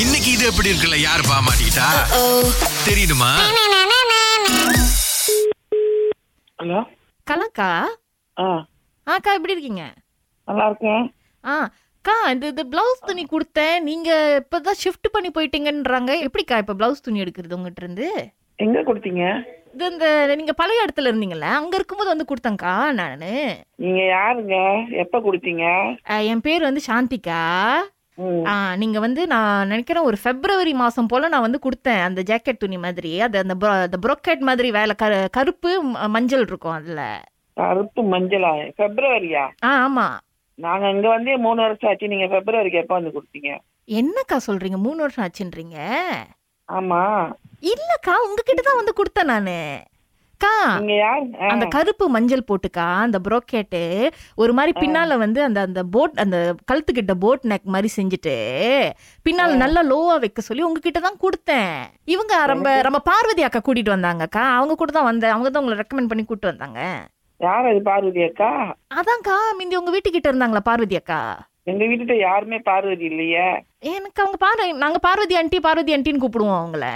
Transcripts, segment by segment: இன்னைக்கு இது எப்படி இருக்குல்ல யார் பாமாட்டா தெரியுமா ஹலோ கலாக்கா ஆ ஆக்கா எப்படி இருக்கீங்க நல்லா இருக்கேன் ஆ அக்கா இந்த இந்த பிளவுஸ் துணி கொடுத்தேன் நீங்க இப்பதான் ஷிஃப்ட் பண்ணி போயிட்டீங்கன்றாங்க எப்படிக்கா இப்ப பிளவுஸ் துணி எடுக்கிறது உங்ககிட்ட இருந்து எங்க கொடுத்தீங்க இது இந்த நீங்க பழைய இடத்துல இருந்தீங்கல்ல அங்க இருக்கும்போது வந்து கொடுத்தேன்க்கா நானு நீங்க யாருங்க எப்ப கொடுத்தீங்க அஹ், என் பேர் வந்து சாந்திக்கா ம், ஆ நீங்க வந்து நான் நினைக்கிறேன் ஒரு ஃபெப்ரவரி மாசம் போல நான் வந்து கொடுத்தேன் அந்த ஜாக்கெட் துணி மாதிரி அது அந்த bro- அந்த ப்ரொக்கெட் மாதிரி வேலை கரு கருப்பு ம- மஞ்சள் இருக்கும் அதுல கருப்பு மஞ்சளா பிப்ரவரியா ஆ ஆமா நாங்க இங்க வந்தே மூணு வருஷம் ஆச்சு நீங்க பிப்ரவரிக்கு எப்ப வந்து கொடுத்தீங்க என்னக்கா சொல்றீங்க மூணு வருஷம் ஆச்சுன்றீங்க ஆமா இல்லக்கா உங்ககிட்ட தான் வந்து கொடுத்தேன் நானு அக்கா நீங்க யார் ஆ, அந்த கருப்பு மஞ்சள் போட்டுக்கா அந்த ப்ரோக்கேட்டு ஒரு மாதிரி பின்னால வந்து அந்த அந்த போட் அந்த கழுத்துக்கிட்ட போட் நெக் மாதிரி செஞ்சுட்டு பின்னால நல்லா லோவா வைக்க சொல்லி உங்ககிட்ட தான் கொடுத்தேன் இவங்க ரொம்ப நம்ம பார்வதி அக்கா கூட்டிட்டு வந்தாங்கக்கா அவங்க கூட தான் வந்தேன் அவங்க தான் உங்களை ரெக்கமெண்ட் பண்ணி கூட்டிட்டு வந்தாங்க யார் அது பார்வதி அக்கா அதான்க்கா முந்தி உங்க வீட்டுக்கிட்ட இருந்தாங்களா பார்வதி அக்கா எங்க வீட்டுல யாருமே பார்வதி இல்லையே எனக்கு அவங்க பாரு நாங்க பார்வதி ஆண்டி பார்வதி ஆண்டின்னு கூப்பிடுவோம் அவங்கள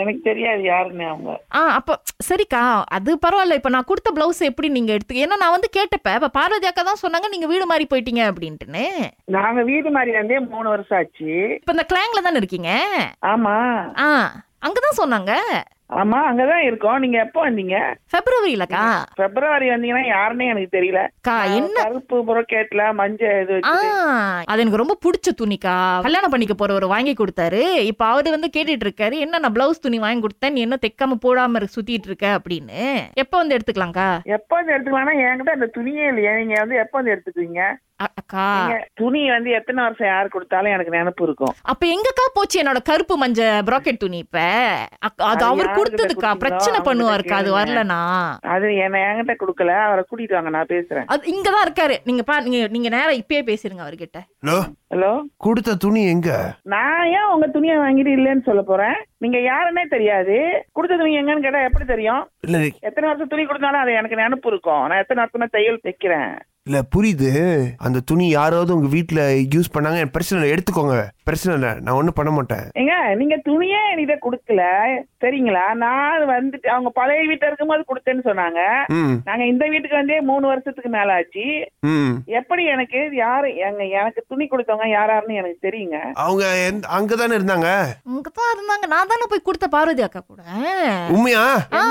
எனக்கு தெரியாது யாருன்னு அவங்க ஆ அப்போ சரிக்கா அது பரவாயில்ல இப்போ நான் கொடுத்த ப்ளவுஸ் எப்படி நீங்கள் எடுத்து ஏன்னா நான் வந்து கேட்டப்ப இப்போ பார்வதி அக்கா தான் சொன்னாங்க நீங்கள் வீடு மாறி போயிட்டீங்க அப்படின்ட்டுன்னு நாங்க வீடு மாதிரி வந்தே மூணு வருஷம் ஆச்சு இப்போ இந்த கிளாங்ல தானே இருக்கீங்க ஆமா ஆ அங்கே தான் சொன்னாங்க ஆமா அங்கதான் இருக்கோம் நீங்க எப்போ வந்தீங்க ஃபெப்ரவரியிலக்கா பிப்ரவரி வந்தீங்கன்னா யாருன்னே எனக்கு தெரியல அக்கா என்ன கருப்பு புரோக்கேட்ல மஞ்சள் இது ஆ வச்சு அது எனக்கு ரொம்ப பிடிச்ச துணிக்கா கல்யாணம் பண்ணிக்க போறவர் வாங்கி கொடுத்தாரு இப்போ அவரு வந்து கேட்டுட்டு இருக்காரு என்ன நான் ப்ளவுஸ் துணி வாங்கி கொடுத்தேன் நீ என்ன தைக்காம போடாம இரு- சுத்திட்டு இருக்க அப்படின்னு எப்போ வந்து எடுத்துக்கலாம்க்கா எப்ப வந்து எடுத்துக்கலாம்னா என்கிட்ட அந்த துணியே இல்லையா நீங்க வந்து எப்ப வந்து எடுத்துக்குவீங்க அ- அக்கா நீங்க துணி வந்து எத்தனை வருஷம் யார் கொடுத்தாலும் எனக்கு நினப்பு இருக்கும் அப்ப எங்கக்கா போச்சு என்னோட கருப்பு மஞ்ச ப்ராக்கெட் துணி இப்ப அக்- அது அது அவர் யாருகிட்ட கொடுத்ததுக்கா கொடுத்தீங்களோ பிரச்சனை அவங்ககிட்ட பண்ணுவாருக்கா அது கேளுங்க. வரலனா அது என்ன என்கிட்ட கொடுக்கல அவரை கூட்டிட்டு வாங்க நான் பேசுறேன் அது இங்கதான் இருக்காரு நீங்க பா நீங்க நீங்க நேரா இப்பயே பேசிருங்க அவர்கிட்ட ஹலோ ஹலோ கொடுத்த துணி எங்க நான் ஏன் உங்க துணியை வாங்கிட்டு இல்லைன்னு சொல்ல போறேன் நீங்க யாருன்னே தெரியாது கொடுத்த துணி எங்கன்னு கேட்டா எப்படி தெரியும் இல்ல எத்தனை வருஷம் துணி கொடுத்தாலும் அது எனக்கு நினப்பு இருக்கும் நான் எத்தனை வருஷமா தையல் தைக்கிறேன் இல்ல புரியுது அந்த துணி யாராவது உங்க வீட்ல யூஸ் பண்ணாங்க எனக்கு பிரச்சனை இல்லை எடுத்துக்கோங்க பிரச்சனை இல்லை நான் ஒன்றும் பண்ண மாட்டேன் ஏங்க நீங்க துணியே என்கிட்ட கொடுக்கல சரிங்களா நான் வந்துட்டு அவங்க பழைய வீட்டை இருக்கும்போது கொடுத்தேன்னு சொன்னாங்க ம் நாங்க இந்த வீட்டுக்கு வந்தே மூணு வருஷத்துக்கு மேல ஆச்சு ம் எப்படி எனக்கு யாரு எங்க எனக்கு துணி கொடுத்தவங்க யாராருன்னு எனக்கு தெரியுங்க அவங்க எந்த- அங்கதானே இருந்தாங்க இங்கதான் இருந்தாங்க நான் தானே போய் கொடுத்த பார்வதி அக்கா கூட உண்மையா ஆ,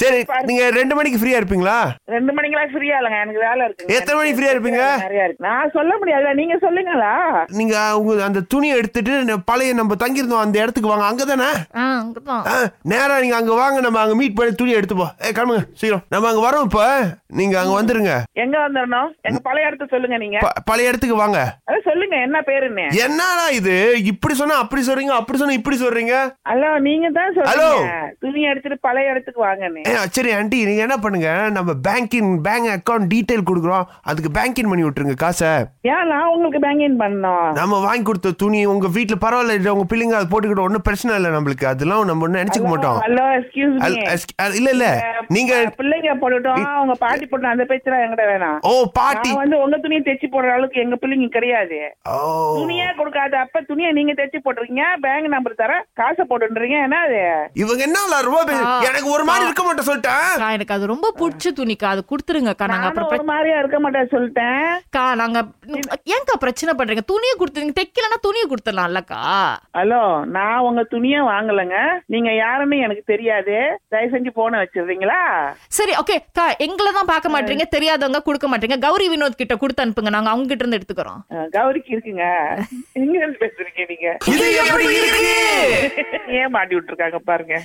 சரி நீங்க ரெண்டு மணிக்கு ஃப்ரீயா இருப்பீங்களா ரெண்டு மணிக்கெல்லாம் ஃப்ரீயா இல்லைங்க எனக்கு வேலை இருக்கு எத்தனை மணிக்கு free ஆ இருப்பீங்க? நிறைய இருக்கு நான் சொல்ல முடியாதுல நீங்க சொல்லுங்களா நீங்க அவங்க அந்த துணியை எடுத்துட்டு ந- பழைய நம்ம தங்கியிருந்தோம் அந்த இடத்துக்கு வாங்க அங்கதானே ஆ, இங்கதான் ஆ, நேரா நீங்க அங்க வாங்க நம்ம அங்க மீட் பண்ணி துணி எடுத்துப்போம் ஏ கிளம்புங்க சீக்கிரம் நம்ம அங்க வரோம் இப்ப நீங்க அங்க வந்துருங்க எங்க வந்துடணும் எங்க பழைய இடத்த சொல்லுங்க நீங்க ப- பழைய இடத்துக்கு வாங்க அதான் சொல்லுங்க என்ன பேருன்னு என்னடா இது இப்படி சொன்னா அப்படி சொல்றீங்க அப்படி சொன்னா இப்படி சொல்றீங்க ஹலோ நீங்க தான் ஹலோ. சொல்லுங்க துணி எடுத்துட்டு பழைய இடத்துக்கு வாங்கன்னு ஏ சரி ஆண்டி நீங்க என்ன பண்ணுங்க நம்ம பேங்கின் பேங்க் அக்கவுண்ட் டீடைல் கொடுக்குறோம் அதுக்கு பேங்கின் பண்ணி விட்டுருங்க காசை ஏன் நான் உங்களுக்கு பேங்கிங் பண்ணோம் நம்ம வாங்கி கொடுத்த துணி உங்க வீட்டுல பரவாயில்ல இது, உங்க பிள்ளைங்க அதை போட்டுக்கிட்டு ஒன்றும் பிரச்சனை இல்லை நம்மளுக்கு அதெல்லாம் நம்ம ஒன்றும் நினைச்சுக்க மாட்டோம் ஹலோ எக்ஸ்கியூஸ் அல்- எஸ்- அ- இல்ல இல்ல நீங்க பிள்ளைங்க போட்டுட்டோம் அவங்க பாட்டி போட்டோம் அந்த பேச்செல்லாம் என்கிட்ட வேணாம் ஓ பாட்டி நான் வந்து உங்க துணியை தைச்சு போடுற அளவுக்கு எங்க பிள்ளைங்க கிடையாது ஓ துணியே கொடுக்காத அப்ப துணியை நீங்க தைச்சு போட்டுருக்கீங்க பேங்க் நம்பர் தர காசை போட்டுன்றீங்க என்ன அது இவங்க என்ன ரொம்ப பே- எனக்கு ஒரு மாதிரி இருக்க மாட்டேன் சொல்லிட்டேன் அக்கா, எனக்கு அது ரொம்ப பிடிச்ச துணிக்கா அது கொடுத்துருங்கக்கா நாங்க நானும் அப்புறம் ஒரு மாதிரியா இருக்க மாட்டேன் சொல்லிட்டேன் அக்கா நாங்க ஏன்க்கா பிரச்சனை பண்றீங்க துணியை கொடுத்துருங்க தைக்கலன்னா துணியை கொடுத்துடலாம்லக்கா ஹலோ நான் உங்க துணியே வாங்கலைங்க நீங்க யாருன்னு எனக்கு தெரியாது தயவு செஞ்சு போன வச்சிருந்தீங்களா சரி ஓகே கா எங்களை தான் பார்க்க மாட்டீங்க தெரியாதவங்க கொடுக்க மாட்டீங்க கௌரி வினோத் கிட்ட கொடுத்து அனுப்புங்க நாங்க அவங்க கிட்ட இருந்து எடுத்துக்கிறோம் கௌரிக்கு இருக்குங்க எங்க இருந்து பேசுறீங்க நீங்க இது எப்படி இருக்கு ஏன் மாட்டி விட்டுருக்காங்க பாருங்க